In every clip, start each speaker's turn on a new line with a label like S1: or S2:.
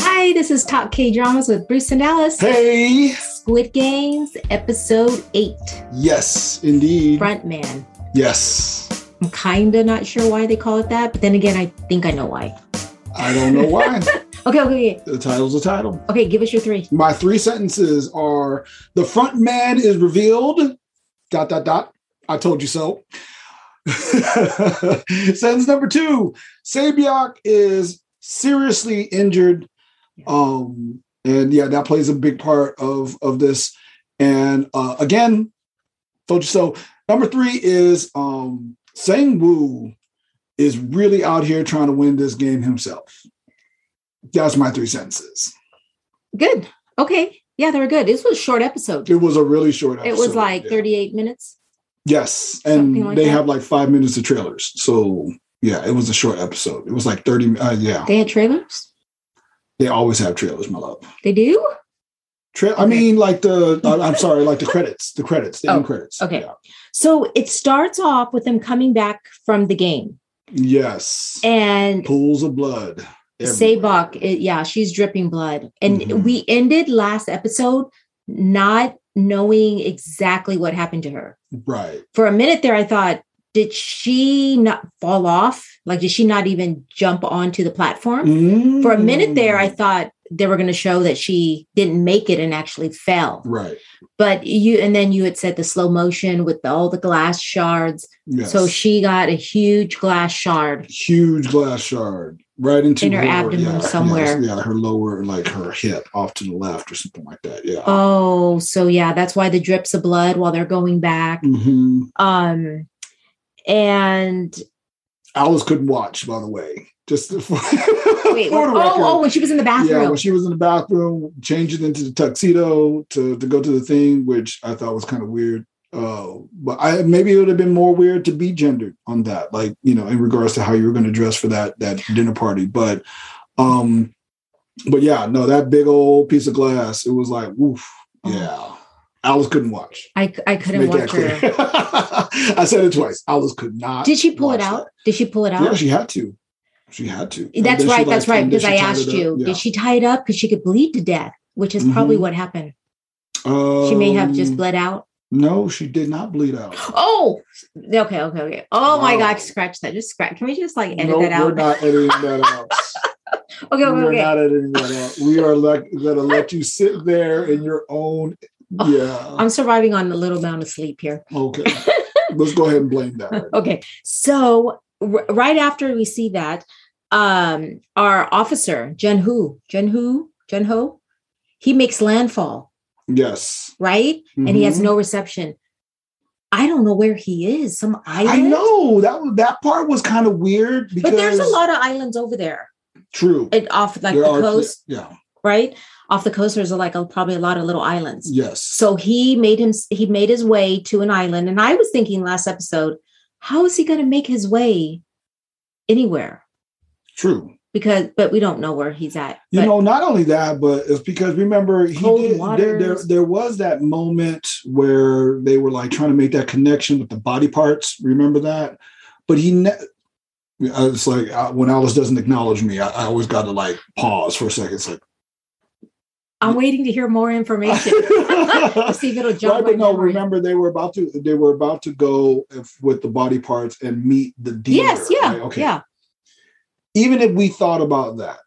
S1: Hey, this is Top K Dramas with Bruce and Dallas.
S2: Hey!
S1: Squid Games, episode eight,
S2: Yes, indeed.
S1: Frontman.
S2: Yes.
S1: I'm kinda not sure why they call it that, but then again, I think I know why.
S2: I don't know why.
S1: Okay, okay, okay.
S2: the title's the title.
S1: Okay, give us your three.
S2: My three sentences are the front man is revealed. Dot dot dot. I told you so. Sentence number two. Sabiak is seriously injured. Um, and yeah, that plays a big part of of this. And uh again, told you so. Number three is um Sang Woo is really out here trying to win this game himself. That's my three sentences.
S1: Good. Okay. Yeah, they were good. This was a short episode.
S2: It was a really short episode.
S1: It was like
S2: yeah.
S1: 38 minutes.
S2: Yes,
S1: Something
S2: and
S1: like
S2: they
S1: that.
S2: have like five minutes of trailers. So yeah, it was a short episode. It was like thirty. Uh, yeah,
S1: They had trailers?
S2: they always have trailers, my love.
S1: They do?
S2: Tra- I
S1: Okay.
S2: mean, like the I- I'm sorry, like the credits, the credits, the
S1: Oh,
S2: end credits.
S1: okay.
S2: Yeah.
S1: So it starts off with them coming back from the game.
S2: Yes.
S1: And
S2: Pools of blood. everywhere.
S1: Sabak, it- yeah, she's dripping blood. And
S2: Mhm.
S1: we ended last episode not knowing exactly what happened to her.
S2: Right.
S1: For a minute there, I thought, did she not fall off? Like, did she not even jump onto the platform? For a minute there, I
S2: Mm.
S1: thought they were going to show that she didn't make it and actually fell.
S2: Right.
S1: But you, and then you had said the slow motion with all the glass shards.
S2: Yes.
S1: So she got a huge glass shard.
S2: huge glass shard right into
S1: In her abdomen
S2: yeah,
S1: somewhere.
S2: Yeah, yeah, her lower, like her hip, off to the left or something like that. Yeah.
S1: Oh, so yeah, that's why the drips of blood while they're going back.
S2: hmm
S1: Um, and
S2: Alice couldn't watch, by the way. Just for,
S1: wait,
S2: for
S1: oh,
S2: the record.
S1: oh, when she was in the
S2: yeah,
S1: bathroom.
S2: when she was in the bathroom, changing into the tuxedo to, to go to the thing, which I thought was kind of weird. Uh, but I maybe it would have been more weird to be gendered on that, like you know, in regards to how you were going to dress for that that dinner party. But, um, but yeah, no, that big old piece of glass, it was like, oof, yeah. Alice couldn't watch.
S1: I, Oh. I couldn't
S2: Make
S1: watch
S2: that clear.
S1: her.
S2: I said it twice. Alice could not.
S1: Did she pull it
S2: watch
S1: out? Did she pull it
S2: that. Yeah,
S1: out?
S2: she had to. She had to. And
S1: that's
S2: then she,
S1: right.
S2: like,
S1: That's right.
S2: and then
S1: Because I
S2: she tied
S1: asked
S2: it up.
S1: you,
S2: Yeah.
S1: did she tie it up? Because she could bleed to death, which is probably
S2: Mhm.
S1: what happened. She may have just
S2: Um,
S1: bled out.
S2: No, she did not bleed out.
S1: Oh, okay, okay, okay. Oh my
S2: Um, Wow.
S1: God, scratch that. Just scratch. Can we just like edit
S2: no,
S1: that
S2: we're
S1: out?
S2: not editing that out.
S1: okay, okay,
S2: we're
S1: okay.
S2: not editing that out. We are like gonna let you sit there in your own.
S1: Oh,
S2: Yeah.
S1: I'm surviving on a little amount of sleep here.
S2: Okay. Let's go ahead and blame that. right now.
S1: Okay, so r- right after we see that, um, our officer Jen Hu, Jen Hu, Jen Ho, he makes landfall,
S2: Yes.
S1: right? And he has
S2: Mhm.
S1: no reception. I don't know where he is. Some island.
S2: I know that was- that part was kind of weird because
S1: but there's a lot of islands over there,
S2: True.
S1: it, off like
S2: There
S1: the
S2: are-
S1: coast,
S2: Yeah.
S1: right? Off the coast, there's like a, probably a lot of little islands.
S2: Yes.
S1: So he made him he made his way to an island. And I was thinking last episode, how is he gonna make his way anywhere?
S2: True.
S1: Because but we don't know where he's at.
S2: You
S1: But-
S2: know, not only that, but it's because remember he
S1: Cold
S2: did, there, there
S1: waters.
S2: there was that moment where they were like trying to make that connection with the body parts. Remember that? But he ne- I- it's like uh, when Alice doesn't acknowledge me, I, I always got to like pause for a second. It's like
S1: I'm waiting to hear more information. to see if it'll
S2: Right,
S1: jump. my
S2: but no,
S1: memory.
S2: remember they were about to they were about to go if, with the body parts and meet the dealer.
S1: Yes, yeah,
S2: right? Okay.
S1: yeah.
S2: even if we thought about that,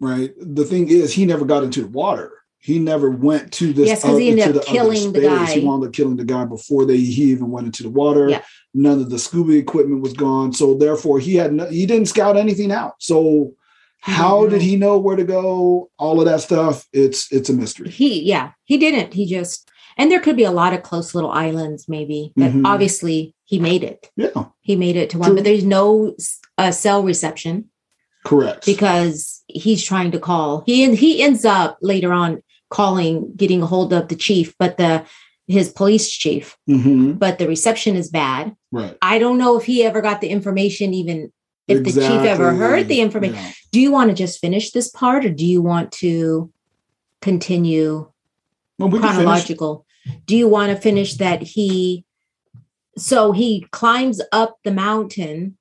S2: right? The thing is, he never got into the water. He never went to this.
S1: Yes, 'cause he
S2: oth-
S1: ended
S2: to
S1: up
S2: other
S1: killing the
S2: space. He
S1: guy.
S2: wound up killing the guy before they he even went into the water.
S1: Yeah.
S2: None of the scuba equipment was gone, so therefore he had no, he didn't scout anything out. So how
S1: didn't
S2: did
S1: know.
S2: he know where to go? All of that stuff. It's it's a mystery.
S1: He yeah, he didn't. He just and there could be a lot of close little islands, maybe. That
S2: Mhm.
S1: obviously he made it.
S2: Yeah,
S1: He made it to one,
S2: True.
S1: but there's no uh, cell reception.
S2: correct.
S1: because he's trying to call. He he ends up later on calling, getting a hold of the chief, but the his police chief,
S2: Mhm,
S1: but the reception is bad.
S2: Right.
S1: I don't know if he ever got the information even if the chief ever heard the
S2: Exactly.
S1: information.
S2: Yeah.
S1: Do you want to just finish this part or do you want to continue
S2: Well, we can finish.
S1: chronological? Do you want to finish that he so he climbs up the mountain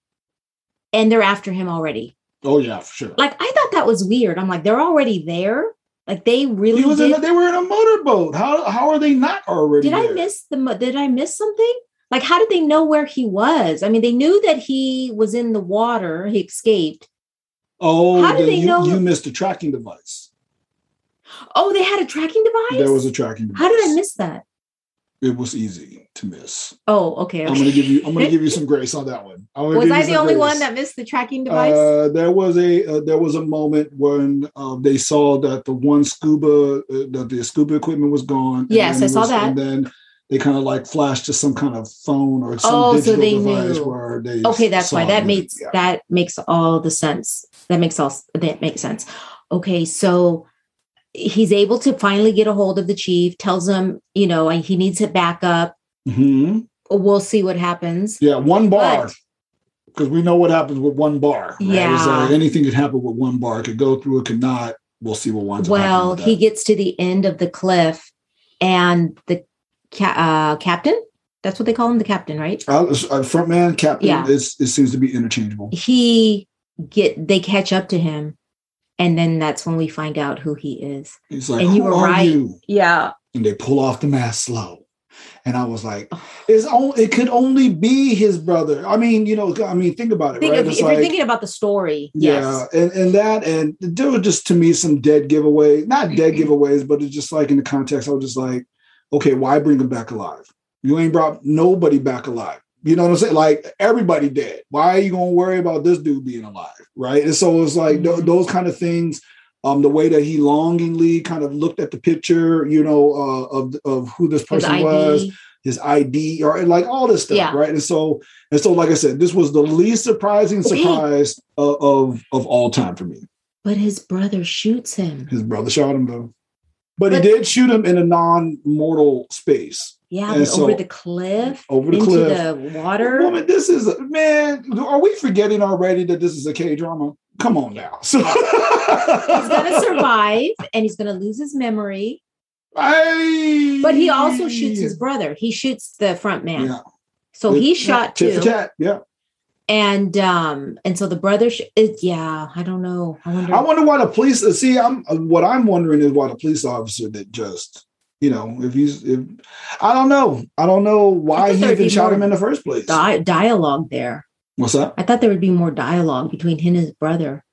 S1: and they're after him already.
S2: Oh yeah, for sure.
S1: Like I thought that was weird. I'm like, they're already there. Like they really
S2: He was
S1: did.
S2: in a, they were in a motorboat. How how are they not already?
S1: did I
S2: there?
S1: miss the? mo- Did I miss something? Like, how did they know where he was? I mean, they knew that he was in the water. He escaped.
S2: Oh,
S1: How do
S2: then
S1: they
S2: you,
S1: know-
S2: you missed a tracking device.
S1: Oh, they had a tracking device.
S2: There was a tracking device.
S1: How did I miss that?
S2: It was easy to miss.
S1: Oh, okay.
S2: I'm
S1: okay.
S2: gonna give you. I'm gonna give you some grace on that one. I'm gonna
S1: was
S2: give
S1: I
S2: you
S1: the
S2: some
S1: only one
S2: grace.
S1: that missed the tracking device?
S2: Uh, there was a uh, there was a moment when um, they saw that the one scuba uh, that the scuba equipment was gone. and
S1: Yes,
S2: then
S1: I
S2: it
S1: saw
S2: was-
S1: that.
S2: And then they kind of like flashed to some kind of phone or some
S1: Oh, so
S2: digital
S1: they
S2: device
S1: knew.
S2: where they.
S1: okay, that's
S2: saw
S1: why that
S2: it.
S1: makes
S2: Yeah.
S1: that makes all the sense. That makes all that makes sense. Okay, so he's able to finally get a hold of the chief. Tells him, you know, he needs it back up.
S2: Mhm.
S1: We'll see what happens.
S2: Yeah, one bar.
S1: But-
S2: Because we know what happens with one bar. right? It's
S1: Yeah.
S2: like anything could happen with one bar. It could go through. It could not. We'll see what winds up happening
S1: Well,
S2: with that.
S1: he gets to the end of the cliff, and the ca- uh, captain. That's what they call him, the captain, right?
S2: I was- uh, front man, captain.
S1: Yeah.
S2: It's, it seems to be interchangeable.
S1: He get they catch up to him, and then that's when we find out who he is.
S2: He's like,
S1: And
S2: "Who
S1: you were
S2: are
S1: right.
S2: you?"
S1: Yeah.
S2: and they pull off the mask slow. And I was like, it's only it could only be his brother. I mean, you know, I mean, think about it,
S1: Think
S2: right?
S1: if,
S2: It's
S1: if
S2: like-
S1: you're thinking about the story,
S2: yeah,
S1: yes.
S2: and, and that and there were just to me some dead giveaways, not dead
S1: Mm-hmm.
S2: giveaways, but it's just like in the context, I was just like, okay, why bring him back alive? You ain't brought nobody back alive. You know what I'm saying? Like everybody dead. Why are you gonna worry about this dude being alive, right? And so it's like th-
S1: Mhm.
S2: those kind of things. Um, the way that he longingly kind of looked at the picture, you know, uh, of of who this
S1: His
S2: person
S1: ID.
S2: was, his ID, or like all this stuff,
S1: Yeah.
S2: right? And so and so, like I said, this was the least surprising
S1: Okay.
S2: surprise of, of of all time for me.
S1: But his brother shoots him.
S2: His brother shot him though, but,
S1: But-
S2: he did shoot him in a non-mortal space
S1: Yeah,
S2: And
S1: but
S2: so-
S1: over the cliff,
S2: over the
S1: into
S2: cliff.
S1: the water.
S2: Woman, this is a- man. Are we forgetting already that this is a K drama? Come on now. So
S1: He's gonna survive, and he's gonna lose his memory.
S2: I,
S1: But he also shoots his brother. He shoots the front man.
S2: Yeah.
S1: So he
S2: It-
S1: shot
S2: tit for
S1: too.
S2: tat. Yeah.
S1: and um and so the brother sh- it, yeah i don't know i wonder
S2: I wonder why the police. uh, See, I'm uh, what I'm wondering is why the police officer that just, you know, if he's, if I don't know, I don't know why
S1: think
S2: he
S1: there'd
S2: even
S1: be
S2: shot
S1: more
S2: him in the first place.
S1: di- dialogue there
S2: What's that?
S1: i thought there would be more dialogue between him and his brother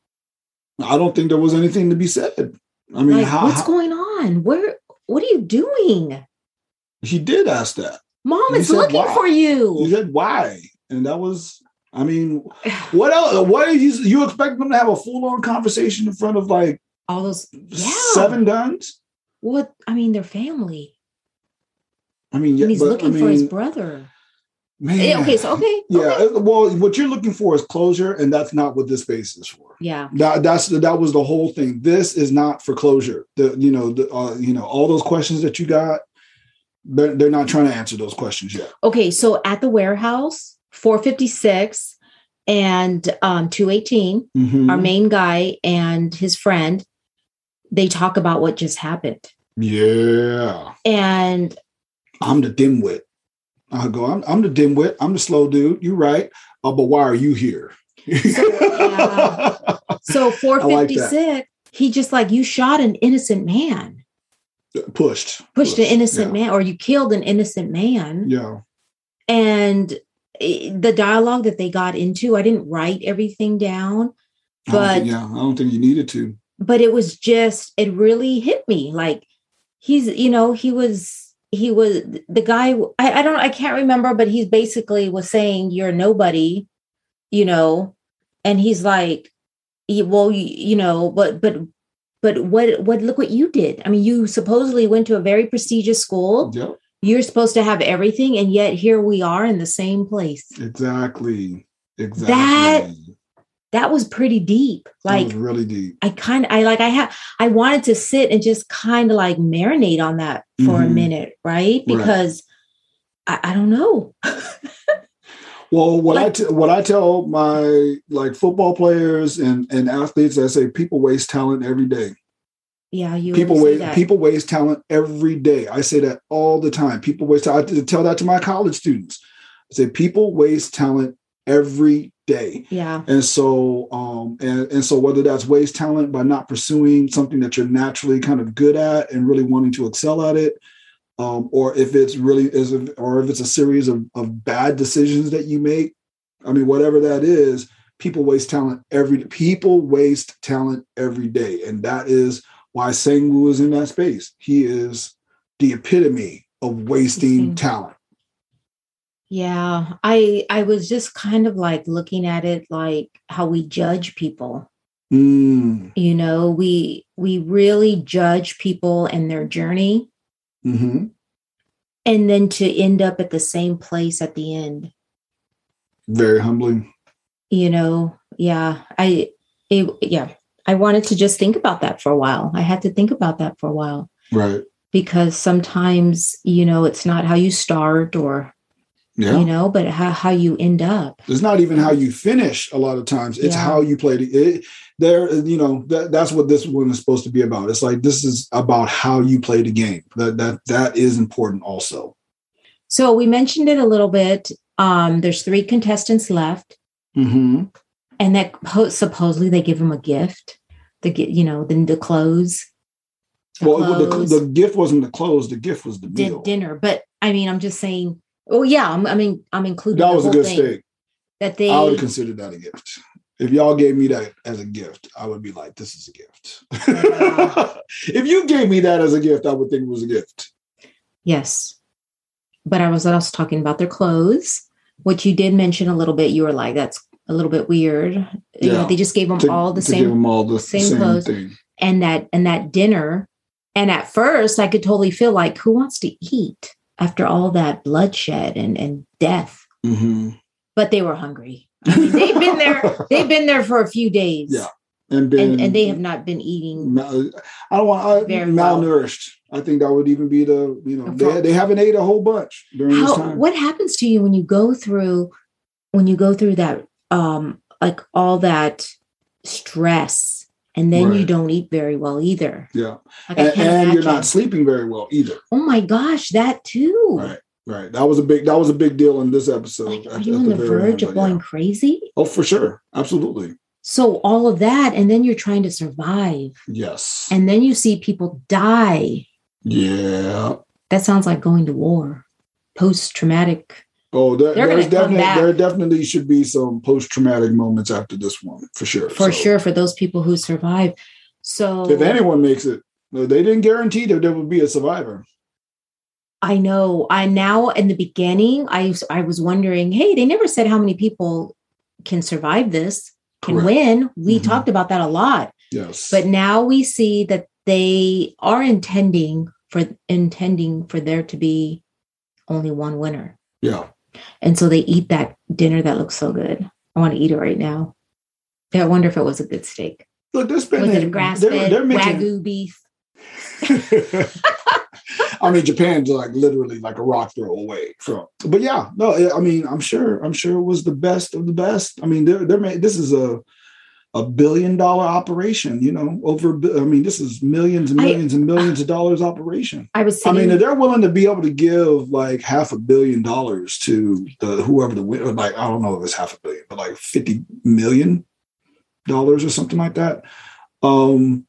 S2: I don't think there was anything to be said. I mean,
S1: like
S2: how,
S1: what's
S2: how-
S1: going on where what are you doing
S2: he did ask that.
S1: mom
S2: You
S1: is
S2: said
S1: looking
S2: why?
S1: for
S2: He
S1: you
S2: said why, and that was. I mean, what else? What are you? You expect them to have a full on conversation in front of like
S1: all those yeah
S2: seven guns?
S1: what i mean their family
S2: I mean, yeah,
S1: and he's
S2: but,
S1: looking
S2: I
S1: for his
S2: mean,
S1: brother
S2: man.
S1: Eh, okay so okay
S2: Yeah,
S1: okay.
S2: it- well, what you're looking for is closure, and that's not what this space is for.
S1: yeah
S2: That that's that was the whole thing. This is not for closure. The you know the uh, you know all those questions that you got, they're, they're not trying to answer those questions yet.
S1: okay so at the warehouse 456 and um 218
S2: Mhm.
S1: our main guy and his friend they talk about what just happened
S2: yeah,
S1: and
S2: I'm the dimwit. I go. I'm I'm the dimwit. I'm the slow dude. You're right. Uh, but why are you here?
S1: yeah. so 456 he just like you shot an innocent man
S2: Pushed.
S1: pushed an innocent
S2: yeah.
S1: man or you killed an innocent man
S2: Yeah.
S1: and eh, the dialogue that they got into i didn't write everything down
S2: I don't
S1: But-
S2: think- yeah, I don't think you needed to.
S1: but it was just it really hit me like he's you know he was he was the guy I, I don't i can't remember but he basically was saying you're nobody you know and he's like "Y- well you, you know but but but what what look what you did i mean you supposedly went to a very prestigious school
S2: Yep.
S1: you're supposed to have everything and yet here we are in the same place
S2: Exactly. Exactly.
S1: That-
S2: That
S1: that was pretty deep like
S2: was really deep.
S1: I kind of I like I had I wanted to sit and just kind of like marinate on that for a
S2: Mhm.
S1: minute, right? Because I, I don't know.
S2: Well, what I
S1: Like-
S2: t- what I tell my like football players and and athletes, I say people waste talent every day.
S1: Yeah, you
S2: people
S1: always say
S2: waste
S1: that.
S2: people waste talent every day. I say that all the time. People waste. I t- tell that to my college students. I say people waste talent every day.
S1: Yeah.
S2: And so, um, and, and so whether that's waste talent by not pursuing something that you're naturally kind of good at and really wanting to excel at it, um, or if it's really is, a, or if it's a series of, of bad decisions that you make, I mean, whatever that is, people waste talent every people waste talent every day, and that is why Sangwoo is in that space. He is the epitome of wasting
S1: Wasting.
S2: talent.
S1: Yeah, I I was just kind of like looking at it like how we judge people.
S2: Mm,
S1: You know, we we really judge people and their journey
S2: hmm
S1: and then to end up at the same place at the end.
S2: Very humbling.
S1: You know, yeah, I it, yeah, I wanted to just think about that for a while. I had to think about that for a while
S2: Right.
S1: because sometimes, you know, it's not how you start or,
S2: Yeah.
S1: you know, but how how you end up.
S2: It's not even how you finish a lot of times. It's
S1: Yeah.
S2: how you play the it. There, you know, that, that's what this one is supposed to be about. It's like this is about how you play the game. That that that is important also.
S1: So we mentioned it a little bit. Um, there's three contestants left.
S2: Mm-hmm.
S1: and that po- supposedly they give him a gift the gi- you know then the clothes the
S2: Well, the,
S1: clothes,
S2: the gift wasn't the clothes. The gift was the
S1: di-
S2: meal.
S1: dinner but i mean i'm just saying oh yeah i'm i mean i'm including
S2: that
S1: the
S2: was a
S1: whole
S2: good
S1: thing,
S2: steak.
S1: that they
S2: I would consider that a gift. If y'all gave me that as a gift, I would be like, "This is a gift."
S1: Wow.
S2: if you gave me that as a gift, I would think it was a gift.
S1: yes but i was also talking about their clothes which you did mention a little bit you were like that's a little bit weird you know
S2: Yeah.
S1: they just gave them
S2: To-
S1: all the
S2: to give
S1: same
S2: them all the
S1: same
S2: same,
S1: clothes.
S2: thing.
S1: and that and that dinner and at first i could totally feel like who wants to eat after all that bloodshed and and death
S2: Mm-hmm.
S1: but they were hungry they've been there they've been there for a few days
S2: Yeah, and been
S1: and, and they have not been eating
S2: mal- I don't want I,
S1: Very well.
S2: malnourished. I think that would even be the you know
S1: Okay.
S2: they, they haven't ate a whole bunch during this
S1: how
S2: time.
S1: what happens to you when you go through when you go through that um like all that stress and then you
S2: Right.
S1: don't eat very well either
S2: Yeah,
S1: like
S2: and,
S1: i can't
S2: and you're not
S1: imagine.
S2: sleeping very well either.
S1: oh my gosh that too
S2: Right, right. That was a big that was a big deal in this episode.
S1: like
S2: at-
S1: are
S2: at
S1: you on the,
S2: very
S1: verge
S2: end,
S1: of
S2: but yeah.
S1: going crazy
S2: Oh, for sure, absolutely,
S1: so all of that and then you're trying to survive
S2: yes,
S1: and then you see people die
S2: yeah.
S1: that sounds like going to war post-traumatic
S2: Oh, there,
S1: They're
S2: there's
S1: gonna come
S2: definitely
S1: back.
S2: there definitely should be some post traumatic moments after this one for sure.
S1: for
S2: So,
S1: sure for those people who survive. So
S2: If anyone makes it, no, they didn't guarantee that there would be a survivor.
S1: I know I now in the beginning I I was wondering, hey, they never said how many people can survive this, can
S2: Correct.
S1: win. We
S2: Mhm.
S1: talked about that a lot,
S2: Yes,
S1: but now we see that they are intending for intending for there to be only one winner.
S2: yeah.
S1: And so they eat that dinner that looks so good. I want to eat it right now. I wonder if it was a good steak.
S2: Look, they're
S1: Was
S2: spending.
S1: it a grass
S2: they're,
S1: fed
S2: they're making.
S1: wagyu beef?
S2: I mean, Japan's like literally like a rock throw away from. But yeah, no, I- I mean, I'm sure, I'm sure it was the best of the best. I mean, they're they're ma- this is a a billion dollar operation. You know, over. a bi- I mean, this is millions and
S1: I-
S2: millions and millions of dollars operation.
S1: I was
S2: I
S1: sitting.
S2: mean, if they're willing to be able to give like half a billion dollars to the whoever the win, like I don't know if it's half a billion, but like fifty million dollars or something like that. Um,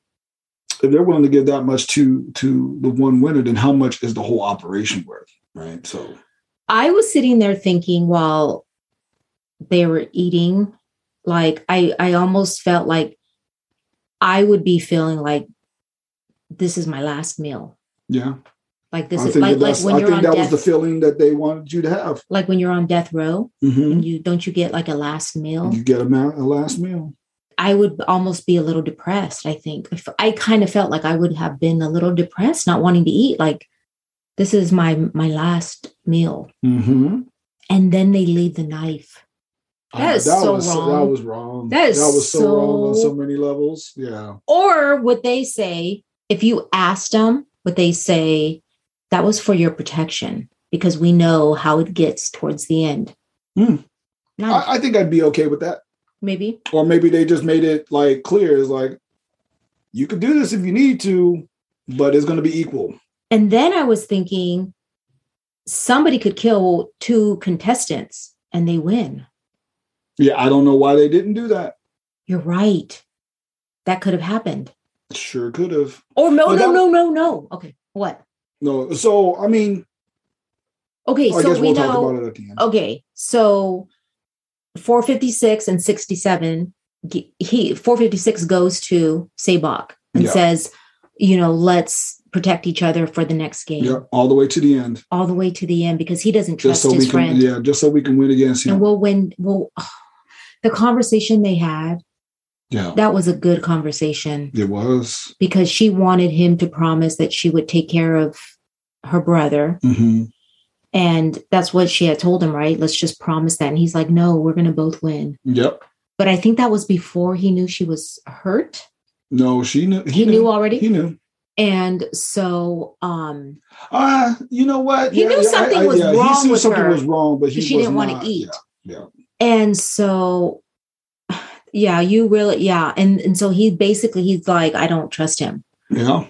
S2: if they're willing to give that much to to the one winner, then how much is the whole operation worth? Right. So
S1: I was sitting there thinking while they were eating, like I I almost felt like I would be feeling like this is my last meal.
S2: yeah,
S1: Like
S2: I
S1: this
S2: think
S1: is like
S2: that
S1: like
S2: that's,
S1: when
S2: I
S1: you're on
S2: think that was
S1: death
S2: the feeling that they wanted you to have.
S1: like when you're on death row
S2: Mhm.
S1: and you don't you get like a last meal.
S2: You get a, ma- a last meal.
S1: I would almost be a little depressed, I think. If I kind of felt like I would have been a little depressed not wanting to eat like this is my my last meal.
S2: Mm-hmm.
S1: And then they leave the knife. That is so
S2: was,
S1: wrong.
S2: That was wrong.
S1: That is
S2: was so, wrong on
S1: so-
S2: so many levels. Yeah.
S1: Or would they say, if you asked them, would they say, that was for your protection because we know how it gets towards the end?
S2: Hmm.
S1: Not
S2: I, I think I'd be okay with that.
S1: maybe.
S2: Or maybe they just made it like clear is like you could do this if you need to, but it's going to be equal.
S1: And then I was thinking, somebody could kill two contestants and they win.
S2: Yeah, I don't know why they didn't do that.
S1: You're right. That could have happened.
S2: Sure could have.
S1: Or no,
S2: Well,
S1: no,
S2: that-
S1: no, no, no. Okay. What?
S2: No, so I mean,
S1: Okay, so
S2: I guess
S1: we
S2: we'll
S1: know.
S2: talk about it at the end.
S1: okay so 456 and 67 g- he 456 goes to sabak and
S2: Yeah.
S1: says you know let's protect each other for the next game
S2: Yeah, all the way to the end,
S1: all the way to the end because he doesn't
S2: just
S1: trust
S2: so we
S1: his
S2: can.
S1: friend
S2: Yeah, just so we can win against him.
S1: and we'll win we'll the conversation they had
S2: yeah,
S1: that was a good conversation
S2: it was.
S1: because she wanted him to promise that she would take care of her brother
S2: hmm
S1: and that's what she had told him right let's just promise that and he's like no we're gonna both win
S2: Yep.
S1: but I think that was before he knew she was hurt.
S2: No, she knew.
S1: He, knew already.
S2: He knew.
S1: and so um
S2: Ah, you know what?
S1: He knew something was wrong
S2: He knew
S1: with
S2: something
S1: her,
S2: was wrong, but he
S1: she
S2: was
S1: didn't want
S2: not-
S1: to eat.
S2: yeah.
S1: And so yeah, you really yeah, and and so he basically he's like I don't trust him.
S2: Yeah.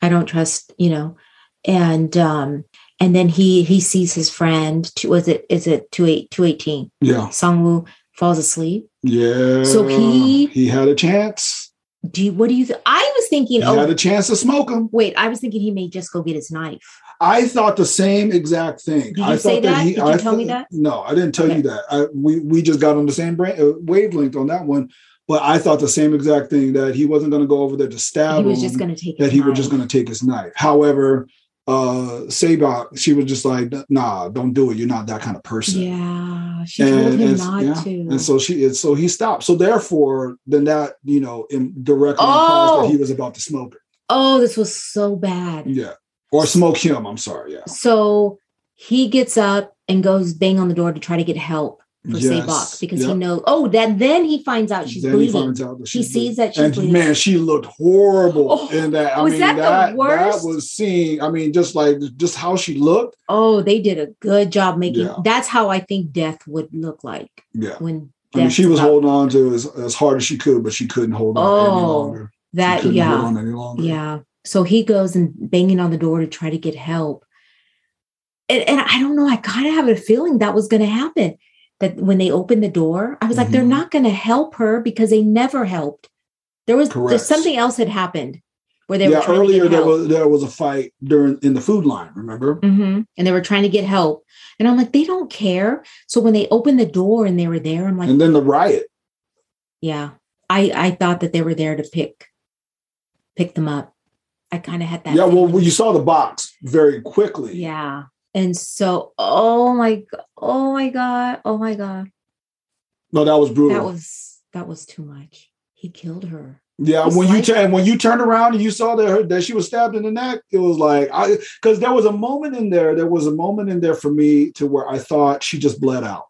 S1: I don't trust, you know. And um and then he he sees his friend, two, was it is it 28 218.
S2: Yeah.
S1: Songwoo falls asleep.
S2: Yeah.
S1: So he-
S2: he had a chance.
S1: Do you, what do you th- I was thinking
S2: He had
S1: oh
S2: a chance to smoke him.
S1: wait, I was thinking he may just go get his knife.
S2: I thought the same exact thing.
S1: Did you
S2: I thought
S1: say that?
S2: He,
S1: Did you
S2: I
S1: tell me
S2: thought-
S1: that?
S2: No, I didn't tell
S1: Okay.
S2: you that. I, we we just got on the same brain, uh, wavelength on that one. But I thought the same exact thing that he wasn't going to go over there to stab
S1: He was
S2: him.
S1: just going to take
S2: that
S1: his
S2: he was just
S1: knife.
S2: going to take his knife. However, uh Sabah, she was just like, "Nah, don't do it. You're not that kind of person."
S1: Yeah, she told him not
S2: yeah,
S1: to.
S2: and so she is. So he stopped. So therefore, then that you know in, directly
S1: Oh!
S2: implies that he was about to smoke her.
S1: oh, this was so bad.
S2: Yeah, or smoke him. I'm sorry. Yeah.
S1: So he gets up and goes bang on the door to try to get help for
S2: Yes,
S1: Sabak because
S2: yeah.
S1: he knows. Oh, that then he finds out she's
S2: Then he
S1: bleeding.
S2: finds out that
S1: He
S2: she's bleeding.
S1: sees that she's
S2: and
S1: bleeding.
S2: man, she looked horrible
S1: Oh,
S2: in that. I
S1: was
S2: mean,
S1: that
S2: that
S1: the
S2: that,
S1: worst?
S2: was seeing. I mean, just like just how she looked.
S1: oh, they did a good job making.
S2: Yeah.
S1: That's how I think death would look like
S2: Yeah,
S1: when.
S2: I mean,
S1: death's
S2: she was
S1: about-
S2: holding on to as, as hard as she could, but she couldn't hold on any
S1: Oh,
S2: longer. She
S1: that.
S2: couldn't
S1: Yeah,
S2: hold on any longer.
S1: yeah. So he goes and banging on the door to try to get help. And, and I don't know. I kind of have a feeling that was going to happen. That when they opened the door, I was like, they're
S2: Mhm.
S1: not going to help her because they never helped. There was
S2: Correct.
S1: there's something else had happened where they were
S2: yeah.
S1: trying to
S2: Earlier
S1: get
S2: there
S1: help.
S2: was there was a fight during in the food line. Remember?
S1: hmm And they were trying to get help. And I'm like, they don't care. So when they opened the door and they were there, I'm like,
S2: And then the riot.
S1: yeah, I, I thought that they were there to pick, pick them up. I kind of had that.
S2: yeah. Well,
S1: feeling.
S2: you saw the box very quickly.
S1: yeah. And so, oh my, g- oh my God. Oh my God.
S2: No, that was brutal.
S1: That was, that was too much. He killed her.
S2: Yeah,
S1: It's
S2: when you
S1: like-
S2: turn when you turned around and you saw that her, that she was stabbed in the neck, it was like I because there was a moment in there. There was a moment in there for me to where I thought she just bled out.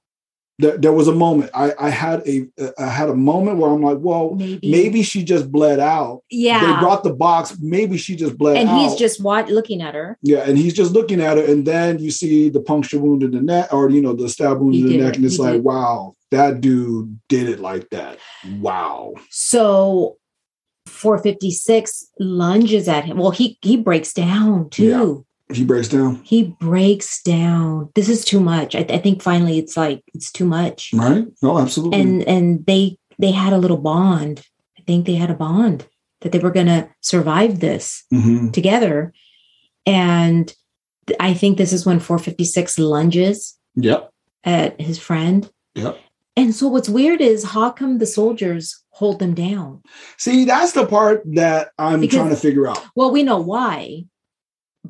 S2: There, there was a moment. I I had a I had a moment where I'm like, well,
S1: Maybe.
S2: Oh, maybe she just bled out. They
S1: Yeah.
S2: brought the box. Maybe she just bled
S1: And
S2: out.
S1: he's just wat- looking at her.
S2: yeah, and he's just looking at her, and then you see the puncture wound in the neck, or you know the stab wound
S1: He
S2: in the
S1: did
S2: neck,
S1: it.
S2: and it's
S1: He
S2: like,
S1: did.
S2: wow, that dude did it like that. Wow.
S1: So 456 lunges at him. Well, he he breaks down too.
S2: He breaks down,
S1: He breaks down. This is too much. I, I think finally it's like it's too much.
S2: right? No, absolutely.
S1: And and they they had a little bond. I think they had a bond that they were going to survive this
S2: Mhm.
S1: together. And th- I think this is when 456 lunges
S2: Yep.
S1: at his friend.
S2: Yep.
S1: And so what's weird is how come the soldiers hold them down?
S2: See, that's the part that I'm
S1: Because-
S2: trying to figure out.
S1: Well, we know why,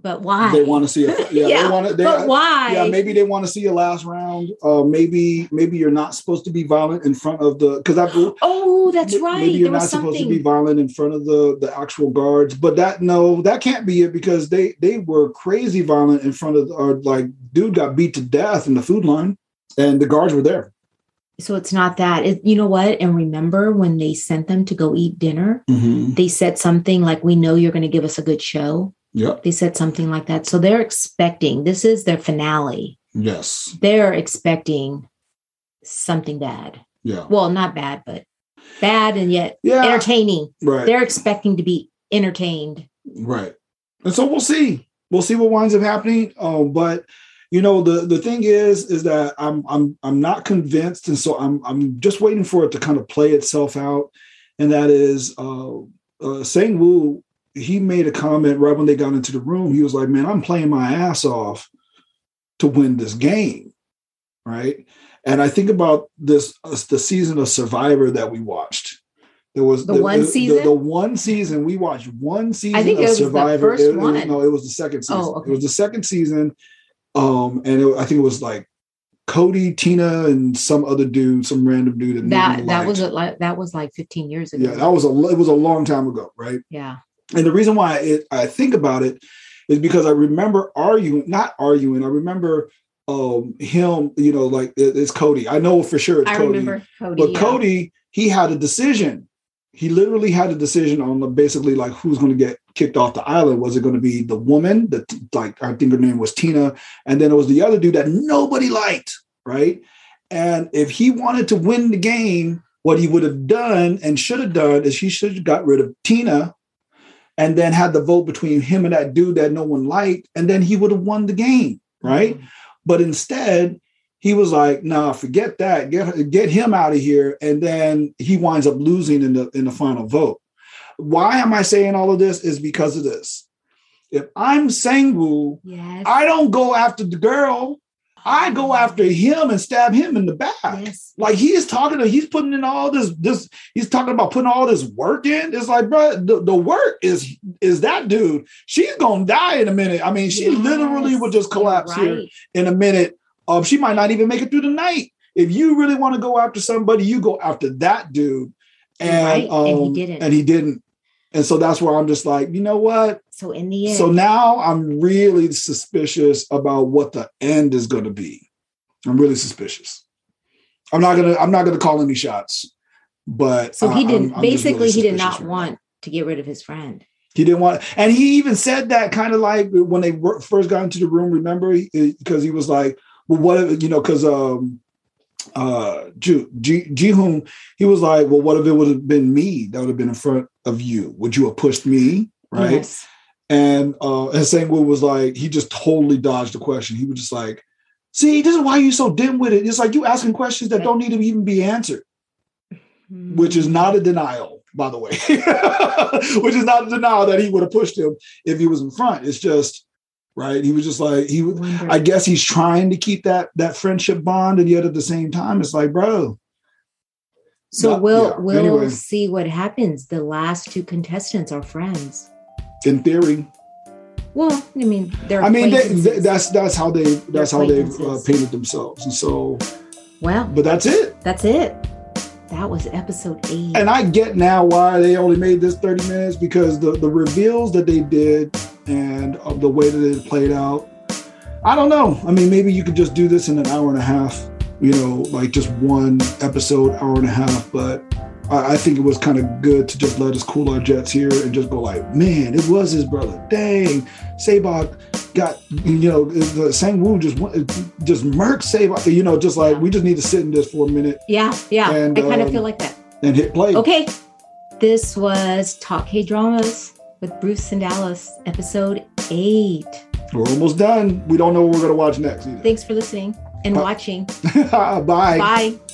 S1: but why?
S2: They want to see a yeah.
S1: Yeah,
S2: They want to. They,
S1: but why?
S2: yeah, maybe they want to see a last round. Uh, maybe maybe you're not supposed to be violent in front of the because I believe
S1: oh, that's
S2: maybe
S1: right.
S2: you're
S1: There
S2: not
S1: was
S2: supposed to be
S1: something.
S2: violent in front of the the actual guards. But that no, that can't be it because they they were crazy violent in front of or like dude got beat to death in the food line, and the guards were there.
S1: So it's not that. It, you know what? And remember when they sent them to go eat dinner,
S2: Mm-hmm.
S1: they said something like, "We know you're going to give us a good show."
S2: Yep.
S1: They said something like that. So they're expecting. This is their finale.
S2: Yes.
S1: They're expecting something bad.
S2: Yeah.
S1: Well, not bad, but bad and yet
S2: Yeah.
S1: entertaining.
S2: right.
S1: They're expecting to be entertained.
S2: Right. And so we'll see. We'll see what winds up happening. Um, but you know the the thing is is that I'm I'm I'm not convinced, and so I'm I'm just waiting for it to kind of play itself out, and that is uh, uh, Sang Woo. He made a comment right when they got into the room. He was like, "Man, I'm playing my ass off to win this game, right?" And I think about this uh, the season of Survivor that we watched. There was
S1: The one season?
S2: The, one season we watched one season
S1: think
S2: of
S1: it was the
S2: Survivor.
S1: first
S2: It- it was-
S1: one.
S2: no, it was the second season.
S1: Oh, okay.
S2: It was the second season. Um, and it, I think it was like Cody, Tina, and some other dude, some random dude.
S1: that
S2: nobody
S1: that was
S2: liked.
S1: a, like that was like 15 years ago.
S2: yeah, that was a lo- it was a long time ago, right?
S1: yeah.
S2: And the reason why it, I think about it is because I remember arguing, not arguing. I remember um him, you know, like it- it's Cody. I know for sure it's
S1: I
S2: Cody.
S1: remember Cody.
S2: But
S1: yeah.
S2: Cody, he had a decision. He literally had a decision on the, basically like who's going to get kicked off the island. Was it going to be the woman that like I think her name was Tina, and then it was the other dude that nobody liked, right? And if he wanted to win the game, what he would have done and should have done is he should have got rid of Tina, and then had the vote between him and that dude that no one liked, and then he would have won the game, right? But instead, he was like, "Nah, forget that. Get get him out of here." And then he winds up losing in the in the final vote. Why am I saying all of this? Is because of this. If I'm Sangwoo,
S1: Yes.
S2: I don't go after the girl. I go after him and stab him in the back.
S1: Yes.
S2: Like he is talking, to, he's putting in all this. This he's talking about putting all this work in. It's like, bro, the, the work is is that dude. She's gonna die in a minute. I mean, she
S1: Yes.
S2: literally would just
S1: You're
S2: collapse here
S1: right.
S2: in a minute. Um, she might not even make it through the night. If you really want to go after somebody, you go after that dude.
S1: You're
S2: And,
S1: right,
S2: um,
S1: and he didn't.
S2: And he didn't. And so that's where I'm just like, you know what?
S1: So in the end,
S2: So now I'm really suspicious about what the end is going to be. I'm really suspicious. I'm not gonna. I'm not gonna call any shots. But
S1: So
S2: I-
S1: he
S2: I'm-
S1: didn't.
S2: I'm just really
S1: basically, he did not
S2: suspicious.
S1: want to get rid of his friend.
S2: He didn't want, and he even said that kind of like when they wor- first got into the room. Remember, because he was like, "Well, what if you know?" Because um, uh, Ju Ji Jihoon, he was like, "Well, what if it would have been me that would have been in front of you? Would you have pushed me?" Right?
S1: Yes.
S2: And uh, and Sangwoo was like, he just totally dodged the question. He was just like, "See, this is why you so dim with it. It's like you asking questions that don't need to even be answered." Hmm. which is not a denial, by the way, which is not a denial that he would have pushed him if he was in front. It's just right. He was just like he. was-
S1: Wonder-
S2: I guess he's trying to keep that that friendship bond, and yet at the same time, it's like, bro,
S1: so
S2: not-
S1: we'll
S2: yeah,
S1: we'll
S2: anyway.
S1: see what happens. The last two contestants are friends.
S2: in theory,
S1: Well, I mean, they're.
S2: I mean, they,
S1: acquaintances.
S2: they- that's that's how they that's how they've uh,
S1: acquaintances.
S2: painted themselves, and so.
S1: well,
S2: But that's it.
S1: that's it. That was episode eight.
S2: And I get now why they only made this 30 minutes because the, the reveals that they did and of the way that it played out, I don't know. I mean, maybe you could just do this in an hour and a half, you know, like just one episode, hour and a half. But I, I think it was kind of good to just let us cool our jets here and just go like, man, it was his brother. Dang, Sabak got, you know, the Sang Woo just, won- just murked Sabak, you know, just like, we just need to sit in this for a minute
S1: yeah, yeah.
S2: And,
S1: I kind of
S2: um,
S1: feel like that.
S2: and hit play.
S1: Okay, this was Talk K Dramas with Bruce and Dallas, episode eight.
S2: We're almost done. We don't know what we're going to watch next either.
S1: Thanks for listening and
S2: Bye.
S1: watching.
S2: Bye.
S1: Bye.